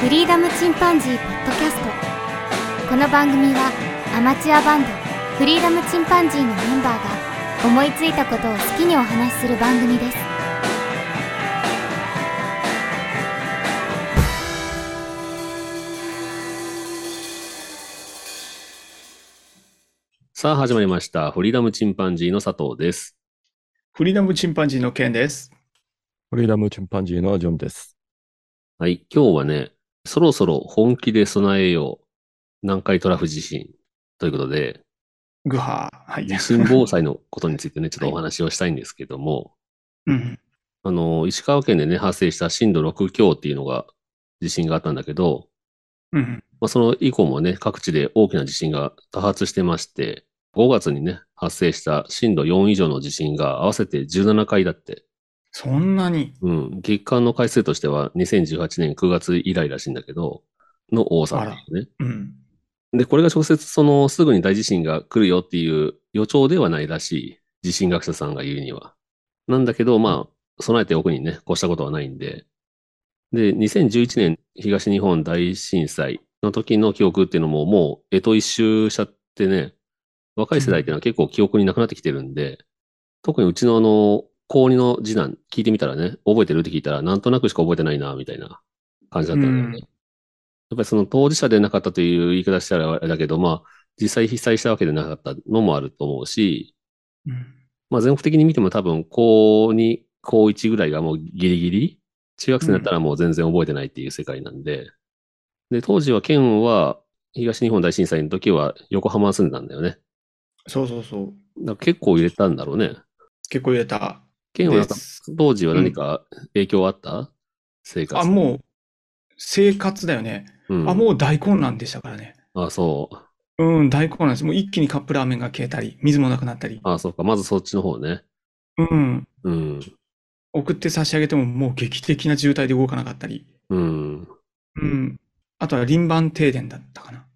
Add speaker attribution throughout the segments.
Speaker 1: フリーダムチンパンジー」ポッドキャストこの番組はアマチュアバンドフリーダムチンパンジーのメンバーが思いついたことを好きにお話しする番組です
Speaker 2: さあ始まりました。フリーダムチンパンジーの佐藤です。
Speaker 3: フリーダムチンパンジーの件です。
Speaker 4: フリーダムチンパンジーのジョンです。
Speaker 2: はい、今日はね、そろそろ本気で備えよう。南海トラフ地震ということで、
Speaker 3: グハー。はい。
Speaker 2: 地震防災のことについてね、ちょっとお話をしたいんですけども、
Speaker 3: うん。
Speaker 2: あの、石川県でね、発生した震度6強っていうのが、地震があったんだけど、
Speaker 3: うん。
Speaker 2: まあ、その以降もね、各地で大きな地震が多発してまして、5月にね、発生した震度4以上の地震が合わせて17回だって。
Speaker 3: そんなに。
Speaker 2: うん。月間の回数としては2018年9月以来らしいんだけど、の多さっていうね。
Speaker 3: うん。
Speaker 2: で、これが直接そのすぐに大地震が来るよっていう予兆ではないらしい。地震学者さんが言うには。なんだけど、まあ、備えておくにね、こうしたことはないんで。で、2011年東日本大震災の時の記憶っていうのももう、えと一周しちゃってね、若い世代っていうのは結構記憶になくなってきてるんで、特にうちのあの、高2の次男聞いてみたらね、覚えてるって聞いたら、なんとなくしか覚えてないな、みたいな感じだったんだよね。
Speaker 3: うん
Speaker 2: やっぱりその当事者でなかったという言い方したらあれだけど、まあ、実際被災したわけでなかったのもあると思うし、
Speaker 3: うん。
Speaker 2: まあ全国的に見ても多分、高2、高1ぐらいがもうギリギリ、中学生になったらもう全然覚えてないっていう世界なんで、で、当時は県は東日本大震災の時は横浜に住んでたんだよね。
Speaker 3: そうそうそう。
Speaker 2: だから結構入れたんだろうね。
Speaker 3: 結構入れた。
Speaker 2: 県はなんか
Speaker 3: です
Speaker 2: 当時は何か影響あった、生活。
Speaker 3: あ、もう、生活だよね。
Speaker 2: う、ん、
Speaker 3: あ、もう大混乱でしたからね。
Speaker 2: あ、そう。
Speaker 3: うん、大混乱です。もう一気にカップラーメンが消えたり、水もなくなったり。
Speaker 2: あ、そうか。まずそっちの方ね。
Speaker 3: うん。
Speaker 2: うん。
Speaker 3: 送って差し上げてももう劇的な渋滞で動かなかったり。
Speaker 2: うん。
Speaker 3: うん。あとは輪番停電だったかな。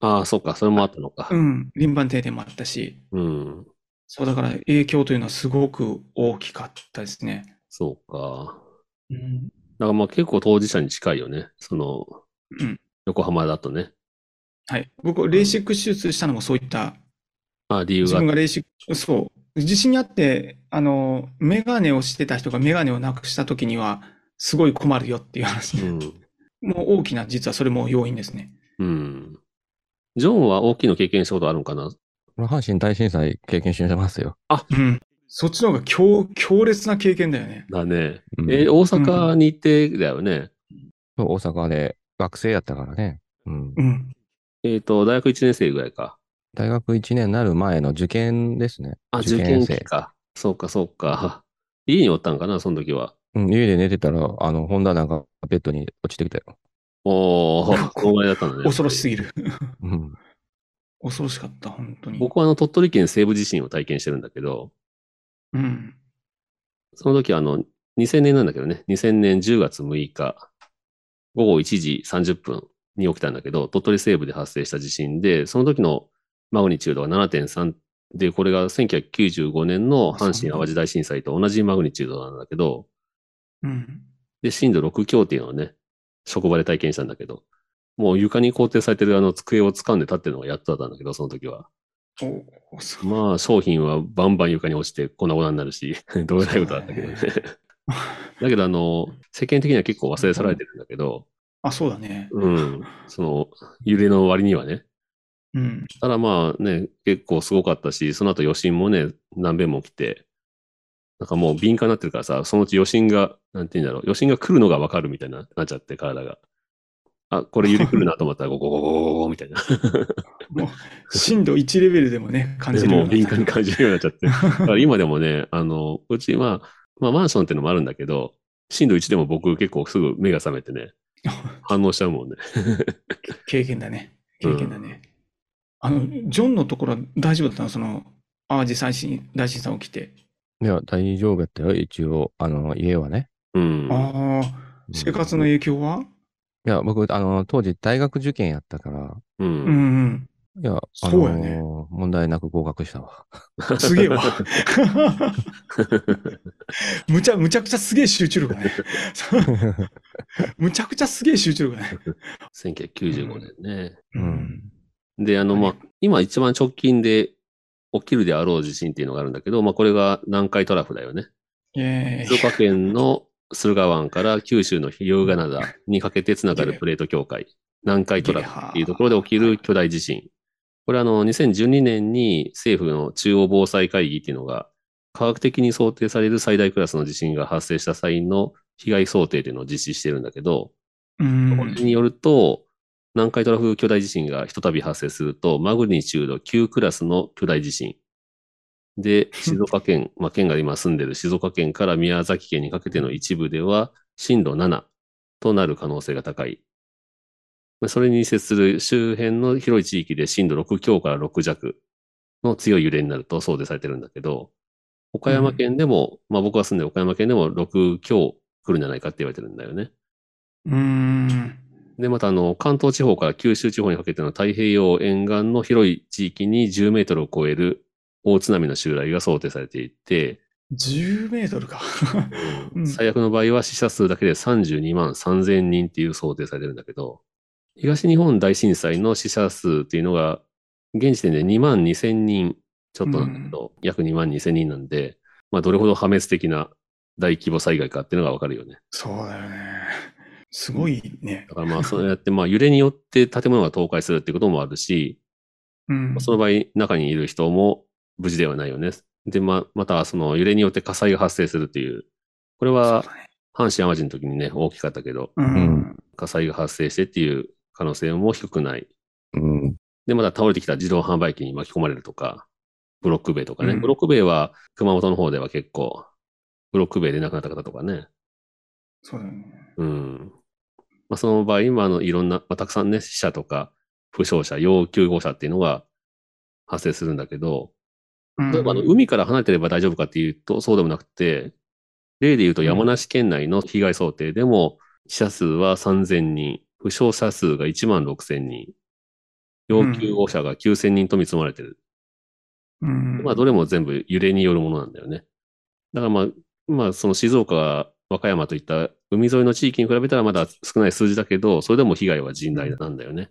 Speaker 2: ああ、そうか。それもあったのか。
Speaker 3: うん。輪番停電もあったし。
Speaker 2: うん。
Speaker 3: そう、だから影響というのはすごく大きかったですね。
Speaker 2: そうか。
Speaker 3: うん。
Speaker 2: だからまあ結構当事者に近いよね。その、
Speaker 3: うん
Speaker 2: 横浜だとね。
Speaker 3: はい。僕、レーシック手術したのもそういった、
Speaker 2: あ理由
Speaker 3: 自
Speaker 2: があっ
Speaker 3: 分
Speaker 2: て。
Speaker 3: がレーシック、そう。地震にあって、あの、メガネをしてた人がメガネをなくした時には、すごい困るよっていう話
Speaker 2: う
Speaker 3: で、
Speaker 2: ん。
Speaker 3: もう大きな、実はそれも要因ですね。
Speaker 2: うん。ジョンは大きいの経験したことあるのかな
Speaker 4: この阪神大震災経験してますよ。
Speaker 3: うん。そっちの方が強、強烈な経験だよね。
Speaker 2: だね。
Speaker 4: うん
Speaker 2: え、大阪に行ってだよね。
Speaker 4: そう大阪で学生やったからね。うん
Speaker 3: うん。
Speaker 2: えっ、と、大学1年生ぐらいか。
Speaker 4: 大学1年になる前の受験ですね。
Speaker 2: あ、受
Speaker 4: 受
Speaker 2: 験
Speaker 4: 験
Speaker 2: 生
Speaker 4: 生
Speaker 2: か。そうか、そうか。家におったんかな、その時は。
Speaker 4: うん、家で寝てたら、あの、本棚がベッドに落ちてきたよ。
Speaker 2: おー、このぐらいだったんだね。
Speaker 3: 恐ろしすぎる。
Speaker 4: うん。
Speaker 3: 恐ろしかった、本当に。
Speaker 2: 僕はあの、鳥取県西部地震を体験してるんだけど、
Speaker 3: うん。
Speaker 2: その時はあの、2000年なんだけどね、2000年10月6日、午後1時30分に起きたんだけど、鳥取西部で発生した地震で、その時のマグニチュードが7.3で、これが1995年の阪神淡路大震災と同じマグニチュードなんだけど、
Speaker 3: うん。
Speaker 2: で、震度6強っていうのをね、職場で体験したんだけど、もう床に固定されてるあの机を掴んで立ってるのがやっとだったんだけど、その時は。
Speaker 3: お、おそ
Speaker 2: まあ、商品はバンバン床に落ちて粉々になるし、どうえらいことだったけどね。
Speaker 3: そう
Speaker 2: だけど、あの、世間的には結構忘れ去られてるんだけど、
Speaker 3: あ、そうだね。
Speaker 2: うん、その、揺れの割にはね。
Speaker 3: うん。
Speaker 2: ただまあね、結構すごかったし、その後余震もね、何遍も来て、なんかもう敏感になってるからさ、そのうち余震が、なんて言うんだろう、余震が来るのがわかるみたいにななっちゃって、体が。あ、これ揺れ来るなと思ったら、ゴゴゴゴゴゴみたいな。
Speaker 3: 震度1レベルでもね、感じ
Speaker 2: で
Speaker 3: るよ
Speaker 2: も
Speaker 3: う
Speaker 2: う
Speaker 3: な
Speaker 2: 敏感に感じるようになっちゃ って。だから今でもね、あの、うちは、まあマンションってのもあるんだけど、震度1でも僕結構すぐ目が覚めてね、反応しちゃうもんね。
Speaker 3: 経験だね。経験だね。あの、ジョンのところは大丈夫だったのその、淡路最新大震災起きて。
Speaker 4: いや、大丈夫やったよ、一応。あの、家はね。
Speaker 2: うん。
Speaker 3: ああ、
Speaker 4: うん
Speaker 3: 生活の
Speaker 4: い
Speaker 3: 影響は
Speaker 4: や、僕、あの、当時大学受験やったから、
Speaker 2: う
Speaker 3: うん
Speaker 2: ん。
Speaker 3: うん。
Speaker 4: いや、あ
Speaker 3: そうやね
Speaker 4: のー、問題なく合格したわ。
Speaker 3: すげ えわ。むちゃ、むちゃくちゃすげえ集中力だね。むちゃくちゃすげえ集中力だね。
Speaker 2: 1995年ね。
Speaker 4: うん
Speaker 2: で、あの、まあ、今一番直近で起きるであろう地震っていうのがあるんだけど、まあ、これが南海トラフだよね。
Speaker 3: イェー
Speaker 2: 静
Speaker 3: イ。
Speaker 2: 岡県の駿河湾から九州の日向灘にかけてつながるプレート境界、南海トラフっていうところで起きる巨大地震。これあの、2012年に政府の中央防災会議っていうのが、科学的に想定される最大クラスの地震が発生した際の被害想定っていうのを実施してるんだけど、
Speaker 3: う
Speaker 2: これ
Speaker 3: ん。
Speaker 2: によると、南海トラフ巨大地震がひとたび発生すると、マグニチュード9クラスの巨大地震。で、 静岡県、まあ、県が今住んでる静岡県から宮崎県にかけての一部では、震度7となる可能性が高い。まあそれに接する周辺の広い地域で震度6強から6弱の強い揺れになると想定されてるんだけど、岡山県でも、まあ僕が住んでる岡山県でも6強来るんじゃないかって言われてるんだよね。
Speaker 3: うん。
Speaker 2: で、またあの、関東地方から九州地方にかけての太平洋沿岸の広い地域に10メートルを超える大津波の襲来が想定されていて、
Speaker 3: 10メートルか。 うん
Speaker 2: 最悪の場合は死者数だけで32万3000人っていう想定されてるんだけど、東日本大震災の死者数っていうのが、現時点で2万2000人ちょっとなんだけど、約2万2000人なんで、まあ、どれほど破滅的な大規模災害かっていうのがわかるよね。
Speaker 3: そうだよね。すごいね
Speaker 2: だ。からまあ、そうやって、まあ、揺れによって建物が倒壊するってこともあるし、
Speaker 3: うん。
Speaker 2: その場合、中にいる人も無事ではないよね。で、ま、また、その揺れによって火災が発生するっていう。これは
Speaker 3: そう、だね
Speaker 2: 阪神淡路の時にね、大きかったけど、
Speaker 3: う。
Speaker 4: うん
Speaker 2: 火災が発生してっていう可能性も低くない。
Speaker 4: うん。
Speaker 2: で、また倒れてきた自動販売機に巻き込まれるとか、ブロック塀とかね。
Speaker 3: うん
Speaker 2: ブロック塀は、熊本の方では結構、ブロック塀で亡くなった方とかね。
Speaker 3: そうだよね。
Speaker 2: うん。まあ、その場合、今のいろんな、まあ、たくさんね、死者とか、負傷者、要救護者っていうのが発生するんだけど、
Speaker 3: うん
Speaker 2: 例えばあの海から離れてれば大丈夫かっていうと、そうでもなくて、例で言うと山梨県内の被害想定でも、死者数は3000人、負傷者数が1万6000人、要求護者が9000人と見積もられてる。
Speaker 3: うん。
Speaker 2: まあ、どれも全部揺れによるものなんだよね。だからまあ、まあ、その静岡、和歌山といった海沿いの地域に比べたらまだ少ない数字だけど、それでも被害は甚大なんだよね。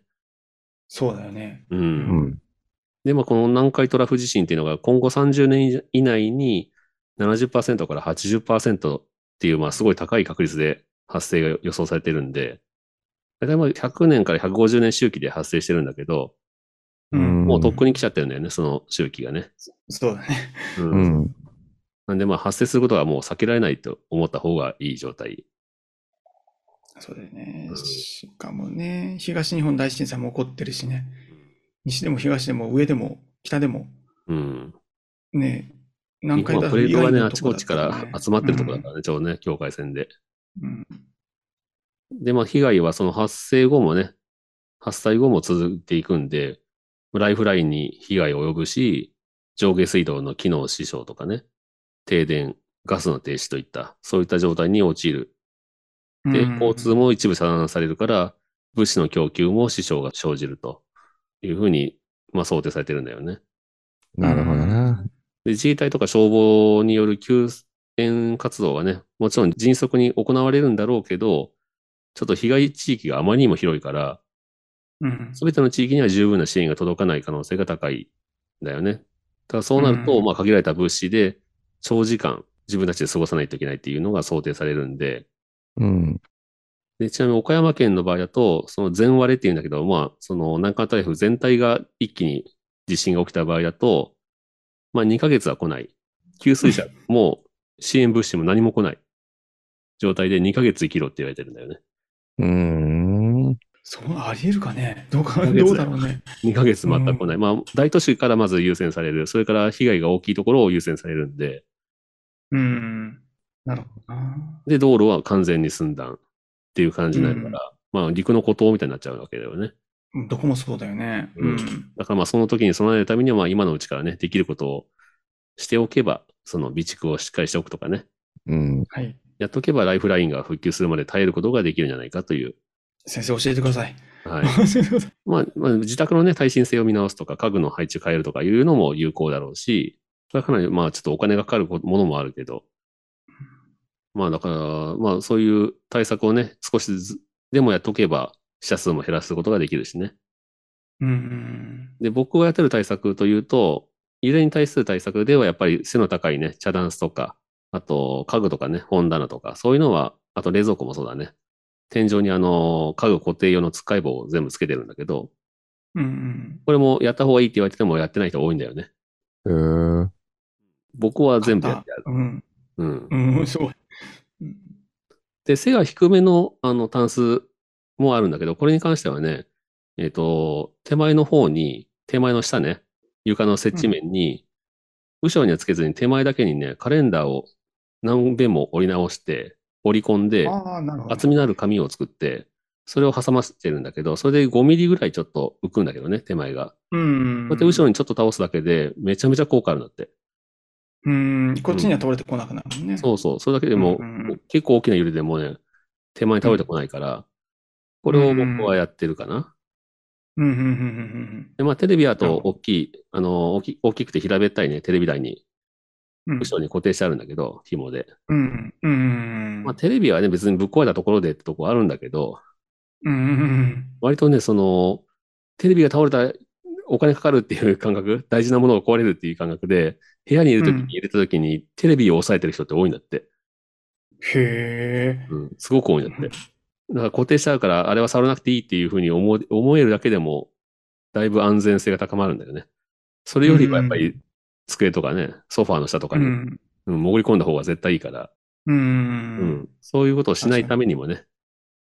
Speaker 3: そうだよね。
Speaker 2: う。
Speaker 4: うんん。
Speaker 2: で、まあ、この南海トラフ地震っていうのが今後30年以内に70%から80%っていう、まあ、すごい高い確率で発生が予想されてるんで、大体まあ100年から150年周期で発生してるんだけど、
Speaker 3: うん。
Speaker 2: もうとっくに来ちゃってるんだよね、その周期がね。
Speaker 3: そうだね。
Speaker 2: う。
Speaker 4: うんん。
Speaker 2: なんで、まあ、発生することはもう避けられないと思った方がいい状態。
Speaker 3: そうだよね
Speaker 2: う。ん
Speaker 3: しかもね、東日本大震災も起こってるしね。西でも東でも上でも北でも、
Speaker 2: うん。
Speaker 3: ね、南海
Speaker 2: 今、
Speaker 3: トラ
Speaker 2: プ
Speaker 3: フ
Speaker 2: レー
Speaker 3: 以
Speaker 2: トが
Speaker 3: 外
Speaker 2: ね、
Speaker 3: の
Speaker 2: あ
Speaker 3: と
Speaker 2: ち
Speaker 3: こ
Speaker 2: こ
Speaker 3: だ
Speaker 2: ち
Speaker 3: っ
Speaker 2: か
Speaker 3: た
Speaker 2: ら
Speaker 3: ね、
Speaker 2: ら集まってるところだからね、ちょうどね、境界線で。
Speaker 3: うん。
Speaker 2: で、まあ、被害はその発生後もね、発災後も続いていくんで、ライフラインに被害を及ぶし、上下水道の機能支障とかね、停電、ガスの停止といった、そういった状態に陥る。
Speaker 3: うん
Speaker 2: で、交通も一部遮断されるから、物資の供給も支障が生じるというふうに、まあ、想定されてるんだよね。
Speaker 4: なるほどな。
Speaker 2: で、自衛隊とか消防による救援活動はね、もちろん迅速に行われるんだろうけど、ちょっと被害地域があまりにも広いから、
Speaker 3: うん。
Speaker 2: すべての地域には十分な支援が届かない可能性が高いんだよね。ただそうなると、
Speaker 3: うん
Speaker 2: まあ限られた物資で長時間自分たちで過ごさないといけないっていうのが想定されるんで、
Speaker 4: うん。
Speaker 2: でちなみに岡山県の場合だと、その全割れっていうんだけど、まあその南海トラフ全体が一気に地震が起きた場合だと、まあ2ヶ月は来ない。給水車も支援物資も何も来ない状態で2ヶ月生きろって言われてるんだよね。
Speaker 4: うん。
Speaker 3: そう、ありえるかね。どうか、
Speaker 2: 二ヶ月だよ
Speaker 3: どうだろうね。
Speaker 2: 2ヶ月全く来ない。まあ大都市からまず優先される。それから被害が大きいところを優先されるんで、
Speaker 3: うん。なるほどな。
Speaker 2: で、道路は完全に寸断っていう感じになるから、まあ、陸の孤島みたいになっちゃうわけだよね。
Speaker 3: うんどこもそうだよね。
Speaker 2: うんだからまあ、その時に備えるためには、まあ、今のうちからね、できることをしておけば、その備蓄をしっかりしておくとかね、
Speaker 4: うん。
Speaker 3: はい。
Speaker 2: やっとけばライフラインが復旧するまで耐えることができるんじゃないかという、
Speaker 3: 先生、教えてください。
Speaker 2: はい。
Speaker 3: は
Speaker 2: まあ、まあ、自宅のね、耐震性を見直すとか、家具の配置変えるとかいうのも有効だろうし、それはかなり、まあ、ちょっとお金がかかるものもあるけど、まあ、だから、まあ、そういう対策をね、少しずつでもやっとけば、死者数も減らすことができるしね。
Speaker 3: うん。
Speaker 2: で、僕がやってる対策というと、揺れに対する対策ではやっぱり背の高いね、茶ダンスとか、あと家具とかね、本棚とか、そういうのは、あと冷蔵庫もそうだね。天井にあの、家具固定用のつっかい棒を全部つけてるんだけど、
Speaker 3: うんうん。
Speaker 2: これもやった方がいいって言われててもやってない人多いんだよね。
Speaker 4: へえ。
Speaker 2: 僕は全部やってやる。
Speaker 3: うん。
Speaker 2: うん。
Speaker 3: うん、すごい。うん
Speaker 2: で、背が低めの、あの、タンスもあるんだけど、これに関してはね、えっ、と、手前の方に、手前の下ね、床の接地面に、後ろにはつけずに手前だけにね、カレンダーを何遍も折り直して、折り込んで、
Speaker 3: ああ、なるほど。
Speaker 2: 厚みのある紙を作って、それを挟ませてるんだけど、それで5ミリぐらいちょっと浮くんだけどね、手前が。
Speaker 3: うん。
Speaker 2: こうやって後ろにちょっと倒すだけで、めちゃめちゃ効果あるんだって。
Speaker 3: うん、こっちには倒れてこなくなるもんね。
Speaker 2: そうそう。それだけでも、
Speaker 3: うんうんうん
Speaker 2: 結構大きな揺れでもね、手前に倒れてこないから、これを僕はやってるかな。
Speaker 3: うん。うん、うん、うん
Speaker 2: で、まあ、テレビだ
Speaker 3: な
Speaker 2: と
Speaker 3: るほ
Speaker 2: 大きい、あの、大き大きくて平べったいね、テレビ台に、
Speaker 3: うん、うん。
Speaker 2: 後ろに固定してあるんだけど、紐で。
Speaker 3: うん、うん。
Speaker 2: まあ、テレビはね、別にぶっ壊れたところでってとこあるんだけど、
Speaker 3: うん、うん。
Speaker 2: 割とね、その、テレビが倒れた、お金かかるっていう感覚、大事なものが壊れるっていう感覚で、部屋にいるときに
Speaker 3: うん
Speaker 2: 入れたときに、テレビを押さえてる人って多いんだって。
Speaker 3: へえ。
Speaker 2: うん、すごく多いんだって。だから固定しちゃうから、あれは触らなくていいっていうふうに思う思えるだけでも、だいぶ安全性が高まるんだよね。それよりはやっぱり、机とかね、ソファーの下とか
Speaker 3: う
Speaker 2: に、
Speaker 3: ん。
Speaker 2: うん潜り込んだ方が絶対いいから、
Speaker 3: う
Speaker 2: うん
Speaker 3: ん。
Speaker 2: そういうことをしないためにもね、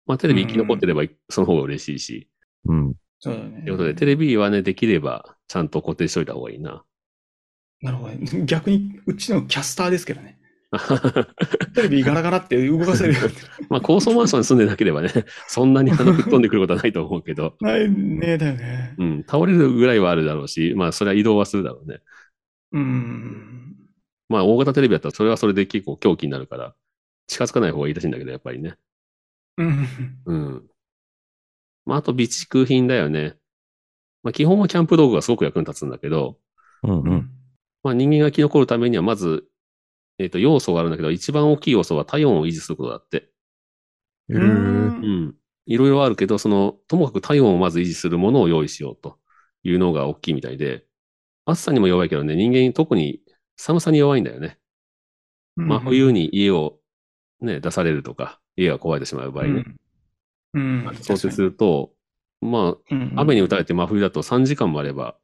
Speaker 2: まあテレビ生き残ってれば、その方が嬉しいし、
Speaker 4: うん。
Speaker 3: そうだよね。
Speaker 2: ということで、テレビはね、できれば、ちゃんと固定しといた方がいいな。
Speaker 3: なるほどね。逆に、うちのキャスターですけどね。テレビガラガラって動かせるよう になってる。
Speaker 2: まあ高層マンションに住んでなければね、そんなに鼻吹っ飛んでくることはないと思うけど、
Speaker 3: ないね、だよね。
Speaker 2: うん、倒れるぐらいはあるだろうし、まあそれは移動はするだろうね。
Speaker 3: うん。
Speaker 2: まあ大型テレビだったらそれはそれで結構狂気になるから、近づかない方がいいらしいんだけど、やっぱりね。
Speaker 3: うん。
Speaker 2: うん。まああと備蓄品だよね。まあ基本はキャンプ道具がすごく役に立つんだけど、
Speaker 4: うん
Speaker 3: う
Speaker 4: うん。
Speaker 3: ん。
Speaker 2: まあ、人間が生き残るためには、まず、えっ、と、要素があるんだけど、一番大きい要素は体温を維持することだって。
Speaker 4: へ
Speaker 3: う。
Speaker 4: え。
Speaker 2: うんん。いろいろあるけど、その、ともかく体温をまず維持するものを用意しようというのが大きいみたいで、暑さにも弱いけどね、人間特に寒さに弱いんだよね。
Speaker 3: うん
Speaker 2: 真、冬に家をね、出されるとか、家が壊れてしまう場合ね。
Speaker 3: うん。うん。
Speaker 2: そうすると、ま
Speaker 3: うん
Speaker 2: あ、雨に打たれて真冬だと3時間もあれば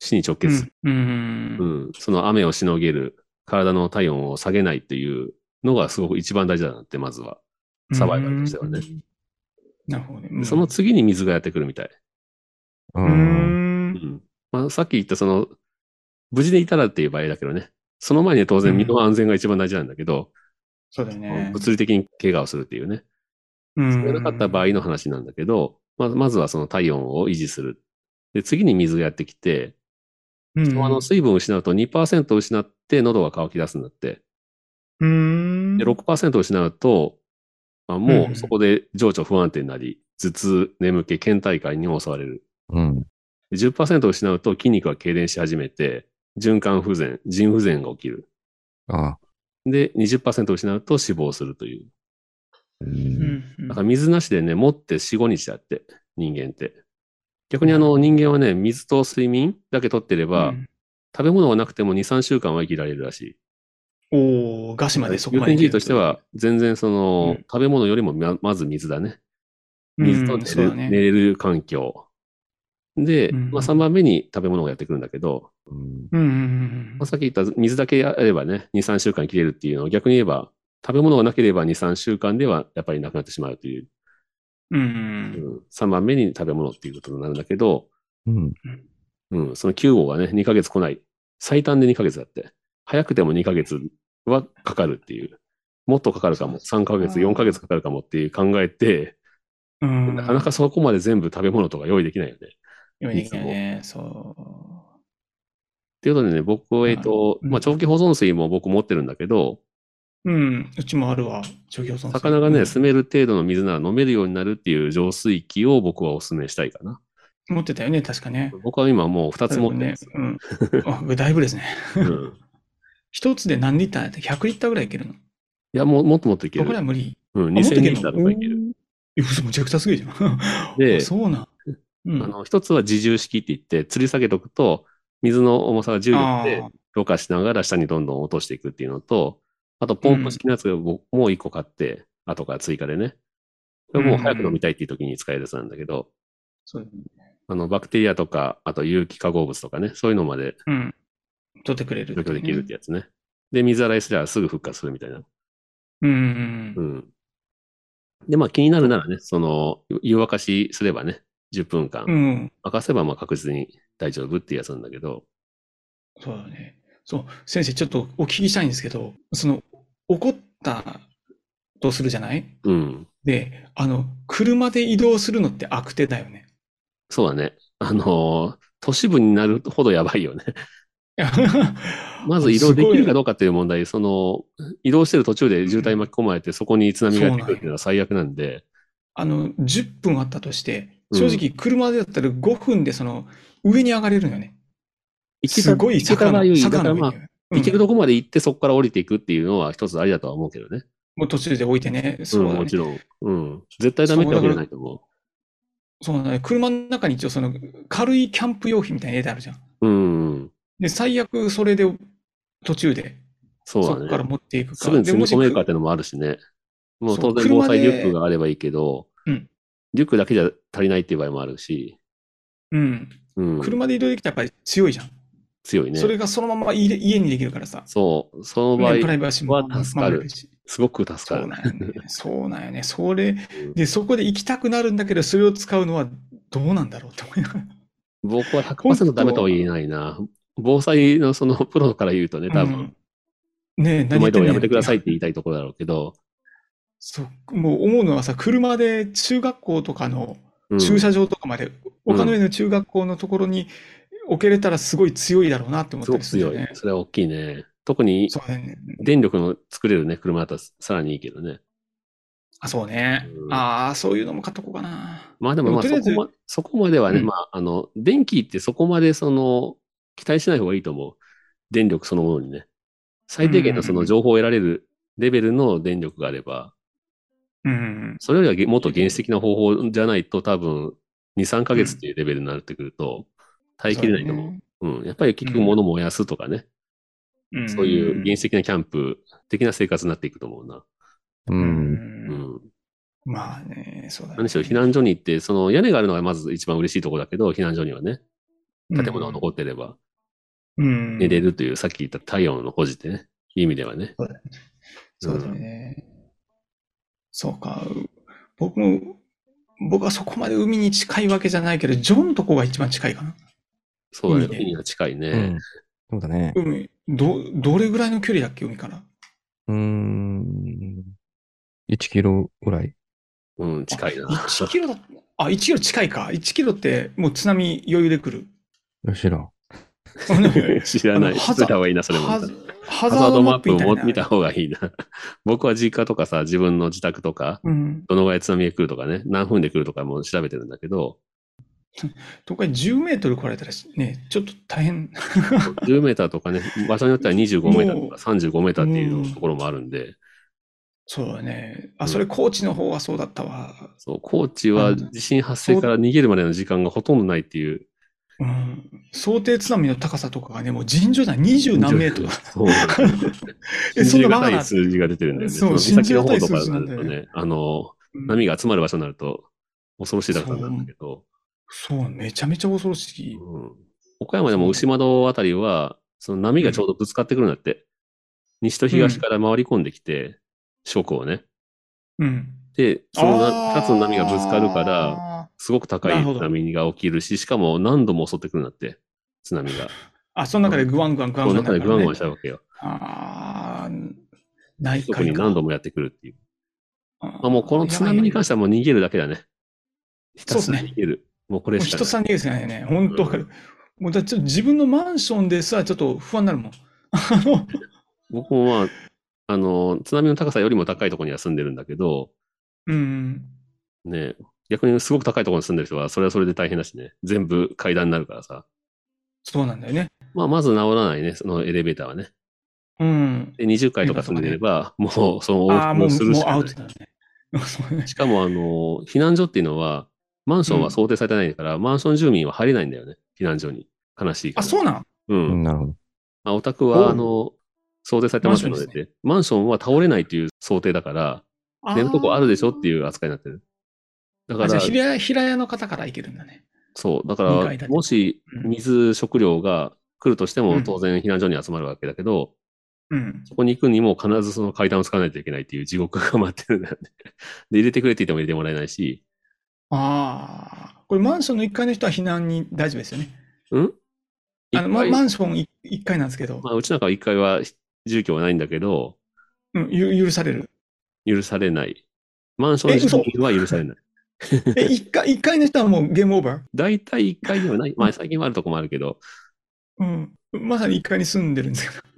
Speaker 2: 死に直結する。
Speaker 3: うん。う
Speaker 2: うんん、その雨をしのげる、体の体温を下げないっていうのがすごく一番大事だなって、まずは。サバイバルとしてはね。
Speaker 3: なるほどね。う
Speaker 2: で
Speaker 3: ん
Speaker 2: その、次に水がやってくるみたい。
Speaker 4: う。
Speaker 3: うん。
Speaker 2: うんんまあ、さっき言ったその、無事でいたらっていう場合だけどね。その前には当然身の安全が一番大事なんだけど、
Speaker 3: そうだよね。
Speaker 2: 物理的に怪我をするっていうね。それがなかった場合の話なんだけど、まあ、まずはその体温を維持する。で、次に水がやってきて、
Speaker 3: うん、
Speaker 2: あの水分を失うと2%失って喉が渇き出すんだって。
Speaker 3: うん、
Speaker 2: で、6%失うと、まあ、もうそこで情緒不安定になり、頭痛、眠気、倦怠感に襲われる。
Speaker 4: うん。
Speaker 2: で10%失うと筋肉が痙攣し始めて、循環不全、腎不全が起きる。
Speaker 4: あ
Speaker 2: で、20%失うと死亡するという。
Speaker 4: う。
Speaker 3: うんん
Speaker 2: だから水なしでね、持って4、5日だって、人間って。逆にあの人間はね、水と睡眠だけ取ってれば、
Speaker 3: うん
Speaker 2: 食べ物がなくても2、3週間は生きられるらしい。
Speaker 3: おお、ガシまでそこ
Speaker 2: 有
Speaker 3: まで
Speaker 2: 権
Speaker 3: 行
Speaker 2: 人
Speaker 3: ける。
Speaker 2: としては、全然その、
Speaker 3: うん
Speaker 2: 食べ物よりもままず水だね。
Speaker 3: うん、
Speaker 2: 水と
Speaker 3: そう
Speaker 2: 寝
Speaker 3: だ
Speaker 2: れ,、
Speaker 3: ね。
Speaker 2: 寝れる環境。で、
Speaker 3: うん
Speaker 2: まあ、3番目に食べ物がやってくるんだけど、
Speaker 4: うん
Speaker 3: うんうん
Speaker 2: まあ、さっき言った水だけあればね、2、3週間生きれるっていうのを逆に言えば、食べ物がなければ2、3週間ではやっぱりなくなってしまうという、
Speaker 3: うん。う
Speaker 2: うんん、3番目に食べ物っていうことになるんだけど、
Speaker 4: うん。
Speaker 2: うん、その9号がね、2ヶ月来ない。最短で2ヶ月だって。早くても2ヶ月はかかるっていう。もっとかかるかも。3ヶ月、4ヶ月かかるかもっていう考えて、
Speaker 3: うん。
Speaker 2: なかなかそこまで全部食べ物とか用意できないよね。
Speaker 3: 用意できないね。そ
Speaker 2: っていうことでね、僕、えっ、と、
Speaker 3: うん
Speaker 2: まあ、長期保存水も僕持ってるんだけど、
Speaker 3: うん、うちもあるわ、諸行さん。
Speaker 2: 魚がね、住める程度の水なら飲めるようになるっていう浄水器を僕はお勧めしたいかな。
Speaker 3: 持ってたよね、確かね。
Speaker 2: 僕は今もう2つ持ってるん
Speaker 3: ね
Speaker 2: です。。
Speaker 3: うん。あこれだいぶですね。
Speaker 2: うん
Speaker 3: 一つで何リッターやった ?100 リッターぐらいいけるの
Speaker 2: いや、もうもっともっといけ
Speaker 3: 僕ら
Speaker 2: る。
Speaker 3: は無理。
Speaker 2: うん、
Speaker 3: あ持って
Speaker 2: 2000
Speaker 3: け
Speaker 2: リッ
Speaker 3: ん
Speaker 2: タ
Speaker 3: の
Speaker 2: ーとかいける。
Speaker 3: え、嘘、むちゃくちゃすげえじゃん。
Speaker 2: で
Speaker 3: そうなん。う
Speaker 2: あ
Speaker 3: ん。
Speaker 2: の、一つは自重式って言って、吊り下げとくと、水の重さが重力
Speaker 3: あ
Speaker 2: で
Speaker 3: ー
Speaker 2: ろ過しながら下にどんどん落としていくっていうのと、あとポンプ式のやつをもう一個買って、後から追加でね。これもう早く飲みたいっていう時に使えるやつなんだけど、
Speaker 3: そうだね
Speaker 2: あの、バクテリアとか、あと有機化合物とかね、そういうのまで
Speaker 3: うん。取ってくれる。
Speaker 2: 除去できるってやつね。で、水洗いすればすぐ復活するみたいな。
Speaker 3: うん
Speaker 2: う。ん。で、まあ気になるならね、その、湯沸かしすればね、10分間、
Speaker 3: うん。
Speaker 2: 沸かせばまあ確実に大丈夫っていうやつなんだけど、
Speaker 3: そうだね。そう。先生、ちょっとお聞きしたいんですけど、その、怒ったとするじゃない
Speaker 2: うん。
Speaker 3: で、あの、車で移動するのって悪手だよね。
Speaker 2: そうだね。あのー都市部になるほどやばいよね。 まず移動できるかど
Speaker 3: う
Speaker 2: うかっていう問題、その、移動してる途中で渋滞巻き込まれて、そこに津波が来るっていうのは最悪なんで、
Speaker 3: あの、10分あったとして、
Speaker 2: うん
Speaker 3: 正直、車でだったら5分でその、上に上がれるのよね。
Speaker 2: 行けた
Speaker 3: すごい
Speaker 2: 行けた
Speaker 3: 坂
Speaker 2: 場合
Speaker 3: の、
Speaker 2: はいいだ
Speaker 3: 坂
Speaker 2: から
Speaker 3: の
Speaker 2: ま
Speaker 3: 上
Speaker 2: あ
Speaker 3: に、うん
Speaker 2: 行けるとこまで行ってそこから降りていくっていうのは一つありだとは思うけどね。
Speaker 3: もう途中で置いてね。そうだ
Speaker 2: ん、
Speaker 3: ね
Speaker 2: もちろん。うん。絶対ダメってわけじゃないと思
Speaker 3: そうだね。車の中に一応その、軽いキャンプ用品みたいな入れてあるじゃん。
Speaker 2: う。うん。
Speaker 3: で、最悪それで、途中で、
Speaker 2: そう
Speaker 3: そ
Speaker 2: だ
Speaker 3: こ
Speaker 2: ね。
Speaker 3: から持っていく
Speaker 2: す
Speaker 3: か。
Speaker 2: ぐに
Speaker 3: で
Speaker 2: 積み
Speaker 3: もし
Speaker 2: 込めるかっていうのもあるしね。もう
Speaker 3: そ
Speaker 2: 当
Speaker 3: う
Speaker 2: 然防災リュ
Speaker 3: 車
Speaker 2: ッ
Speaker 3: で
Speaker 2: クがあればいいけど、
Speaker 3: うん
Speaker 2: リュックだけじゃ足りないっていう場合もあるし、
Speaker 3: うん。
Speaker 2: うん。
Speaker 3: 車で移動できたらやっぱり強いじゃん。
Speaker 2: 強いね。
Speaker 3: それがそのまま家家にできるからさ。
Speaker 2: そう。その場合
Speaker 3: ね、プライバシーも
Speaker 2: は助かる
Speaker 3: 守れるし。
Speaker 2: すごく助
Speaker 3: そ
Speaker 2: か
Speaker 3: う
Speaker 2: る。
Speaker 3: なん よね。そうなんよね。それ、で、そこで行きたくなるんだけど、それを使うのはどうなんだろうって思いながら。
Speaker 2: 僕は100%ダメとは言えないな。防災のそのプロから言うとね、多分、
Speaker 3: うんねえ、
Speaker 2: お
Speaker 3: 何言
Speaker 2: 前で
Speaker 3: っ
Speaker 2: も
Speaker 3: てんね
Speaker 2: や
Speaker 3: ん
Speaker 2: めてくださいって言いたいところだろうけど、
Speaker 3: そう、もう思うのはさ、車で中学校とかの
Speaker 2: うん
Speaker 3: 駐車場とかまで、
Speaker 2: うん
Speaker 3: 丘の上の中学校のところに置けれたらすごい強いだろうなって思っ
Speaker 2: す
Speaker 3: た
Speaker 2: ご
Speaker 3: り
Speaker 2: く
Speaker 3: するよ
Speaker 2: 強い
Speaker 3: ね。。
Speaker 2: それは大きいね。特に
Speaker 3: そうだよね。
Speaker 2: 電力の作れるね、車だったらさらにいいけどね。
Speaker 3: あ、そうね。
Speaker 2: うん
Speaker 3: ああ、そういうのも買っとこうかな。
Speaker 2: まあでもまあ
Speaker 3: で
Speaker 2: そ
Speaker 3: もと
Speaker 2: こ
Speaker 3: りあ
Speaker 2: まそこまではね、
Speaker 3: うん
Speaker 2: まああの、電気ってそこまでその、期待しない方がいいと思う。電力そのものにね。最低限のその情報を得られるレベルの電力があれば、
Speaker 3: うん。
Speaker 2: それよりはげもっと原始的な方法じゃないと多分、2、3ヶ月っていうレベルになってくると、耐えきれないと思う。うん。やっぱり結局物燃やすとかね、
Speaker 3: そうね。
Speaker 2: そういう原
Speaker 3: 因
Speaker 2: 始的なキャンプ的な生活になっていくと思うな。
Speaker 4: う。
Speaker 3: うんん。
Speaker 2: うん。
Speaker 3: まあね、そうだね。
Speaker 2: 何しろ避難所に行って、その屋根があるのがまず一番嬉しいところだけど、避難所にはね、建物が残ってれば
Speaker 3: うん。
Speaker 2: 寝れるという、さっき言った体温の保持ってね、いい意味ではね。
Speaker 3: そうだよね。そうか。僕も、僕はそこまで海に近いわけじゃないけど、ジョンとこが一番近いかな。
Speaker 2: そうだ
Speaker 3: い
Speaker 2: ね。
Speaker 3: いね
Speaker 2: 海には近いね。
Speaker 4: うんそうだね。
Speaker 3: 海、ど、どれぐらいの距離だっけ、海から。
Speaker 4: うーん。1キロぐらい。
Speaker 2: うん、近いな。
Speaker 3: 1キロだ、あ、1キロ近いか。1キロってもう津波余裕で 来る。
Speaker 4: よしら。
Speaker 3: あの
Speaker 2: 知らない。
Speaker 3: あのハ
Speaker 2: 知
Speaker 3: ザ
Speaker 2: れた方がいいな、それも。
Speaker 3: ハザハ
Speaker 2: ハザ
Speaker 3: ザ
Speaker 2: ー
Speaker 3: ー
Speaker 2: ド
Speaker 3: ド
Speaker 2: マ
Speaker 3: マ
Speaker 2: ッ
Speaker 3: ッ
Speaker 2: プ
Speaker 3: プみたい
Speaker 2: も
Speaker 3: な。
Speaker 2: 見た方がいいな。 僕は実家とかさ、自分の自宅とか、
Speaker 3: うん。
Speaker 2: どのぐらい津波が来るとかね、何分で来るとかも調べてるんだけ ど、
Speaker 3: とか10メートル来られたらしね、ちょっと大変。
Speaker 2: 10メーターとかね、場所によっては25メーターとか
Speaker 3: もう
Speaker 2: 35メーターっていううんところもあるんで、
Speaker 3: そうだね。
Speaker 2: う
Speaker 3: あ、
Speaker 2: ん
Speaker 3: それ高知の方はそうだったわ。
Speaker 2: そう、高知は地震発生から逃げるまでの時間がほとんどないっていう。
Speaker 3: うん。想定津波の高さとかがね、もう尋常じゃ二十何メートル。
Speaker 2: そうなんだよ
Speaker 3: えそ
Speaker 2: 信
Speaker 3: ん
Speaker 2: じ
Speaker 3: な
Speaker 2: が
Speaker 3: バカ
Speaker 2: たい
Speaker 3: な
Speaker 2: 数字が出てるんだよね。
Speaker 3: そう
Speaker 2: の
Speaker 3: 信
Speaker 2: 岬
Speaker 3: じ
Speaker 2: の
Speaker 3: がた
Speaker 2: 方
Speaker 3: い
Speaker 2: とか
Speaker 3: 数字
Speaker 2: だ
Speaker 3: なんだ
Speaker 2: と
Speaker 3: よね
Speaker 2: ね、あの、
Speaker 3: うん
Speaker 2: 波が集まる場所になると、恐ろしい高さになるんだけど、
Speaker 3: そう、めちゃめちゃ恐ろしい。
Speaker 2: うん岡山でも牛窓あたりは、その波がちょうどぶつかってくるんだって。西と東から回り込んできて、四国をね。
Speaker 3: うん。
Speaker 2: で、そのな
Speaker 3: あー
Speaker 2: 二つの波がぶつかるから、、すごく高
Speaker 3: ないるほ
Speaker 2: 津
Speaker 3: ど
Speaker 2: 波が起きるし、しかも何度も襲ってくるんだって、津波 が。
Speaker 3: あ、その中でグワングワングワン
Speaker 2: この
Speaker 3: グワン
Speaker 2: 中でグワングワンし
Speaker 3: した
Speaker 2: わけよ。
Speaker 3: ああ、ない
Speaker 2: 四国に何度もやってくるっていう。まあ、もうこの津波に関して
Speaker 3: て
Speaker 2: はもう逃げるだけだね。ひたすら
Speaker 3: そうっすね
Speaker 2: 逃げる。もうこ
Speaker 3: は
Speaker 2: れ
Speaker 3: もう
Speaker 2: しか
Speaker 3: 人
Speaker 2: ない。
Speaker 3: さん逃げですよね。本当わかる。もうだってちょっと自分のマンションでさ、ちょっと不安になるもん。あの、
Speaker 2: 僕もまあ、あの、津波の高さよりも高いところには住んでるんだけど、
Speaker 3: うん。
Speaker 2: ね、逆にすごく高いところに住んでる人は、それはそれで大変だしね、全部階段になるからさ。
Speaker 3: そうなんだよね。
Speaker 2: まあ、まず治らないね、そのエレベーターはね。
Speaker 3: うん。
Speaker 2: で、20階とか住んでれば、もう、その、
Speaker 3: ああ、も
Speaker 2: 往復
Speaker 3: う、
Speaker 2: する
Speaker 3: も
Speaker 2: し
Speaker 3: う
Speaker 2: か
Speaker 3: ア
Speaker 2: な
Speaker 3: ウ
Speaker 2: い
Speaker 3: トだね。そうね
Speaker 2: しかも、あの、避難所っていうのは、マンションは想定されてないから、マンション住民は入れないんだよね、避難所に。悲しいか
Speaker 3: あ、
Speaker 2: ら。
Speaker 3: そうなん
Speaker 2: う。
Speaker 4: うんん、なるほど。
Speaker 2: まあ、お宅
Speaker 3: おう
Speaker 2: は、あの、想定されてますの
Speaker 3: マンショ
Speaker 2: で
Speaker 3: ン
Speaker 2: って、マンションは倒れないっていう想定だから、
Speaker 3: あー
Speaker 2: 寝るとこあるでしょっていう扱いになってる。だか
Speaker 3: あじゃ
Speaker 2: ら
Speaker 3: あ、、平屋、平屋の方から行けるんだね。
Speaker 2: そう。だ
Speaker 3: 二
Speaker 2: か
Speaker 3: 階
Speaker 2: ら、
Speaker 3: 建て
Speaker 2: もし
Speaker 3: うん
Speaker 2: 水、食料が来るとして
Speaker 3: う
Speaker 2: も、
Speaker 3: ん
Speaker 2: 当然避難所に集まるわけだけど、
Speaker 3: うん。
Speaker 2: そこに行くにも必ずその階段を使わないといけないっていう地獄が待ってるんだよね。 で、入れてくれって言っても入れてもらえないし、
Speaker 3: ああ。これマンションの1階の人は避難に大丈夫ですよね。
Speaker 2: ん
Speaker 3: あの、ま
Speaker 2: 一階
Speaker 3: マンション1階なんですけど、
Speaker 2: まあ、うちなんかは1階は住居はないんだけど、
Speaker 3: うん、ゆ許される。
Speaker 2: 許されない。マンション
Speaker 3: え
Speaker 2: 住
Speaker 3: 嘘
Speaker 2: 民は許されない。
Speaker 3: え、1階、一階の人はもうゲームオーバー
Speaker 2: 大体1階ではない。まあ、最近はあるとこもあるけど、
Speaker 3: うん。まさに1階に住んでるんですけ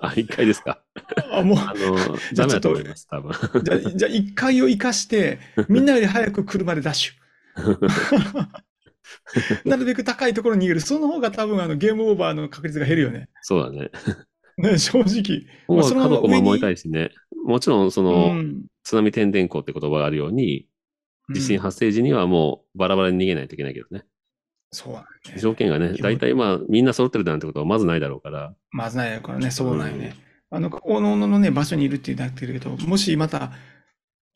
Speaker 2: あ、1階ですか。
Speaker 3: ど。あ、もう、
Speaker 2: あ の、ダメだと思います、多分。
Speaker 3: じゃあ、じゃあ1階を生かして、みんなより早く車でダッシ ュ。なるべく高いところに逃げる。その方が多分あのゲームオーバーの確率が減るよね。
Speaker 2: そうだね。
Speaker 3: ね正直。
Speaker 2: もう
Speaker 3: そ
Speaker 2: 家
Speaker 3: のまま
Speaker 2: 族を
Speaker 3: 上に
Speaker 2: 守りたいしね。もちろん、その、
Speaker 3: ん。
Speaker 2: 津波転電校って言葉があるように、地震
Speaker 3: うん
Speaker 2: 発生時にはもうバラバラに逃げないといけないけどね。
Speaker 3: そうなんだよね
Speaker 2: 条件がね、大体まあみんな揃ってるなんてことはまずないだろうから、
Speaker 3: まずないからね、そうなんよね。あの、おのおののね、場所にいるってなってるけど、もしまた、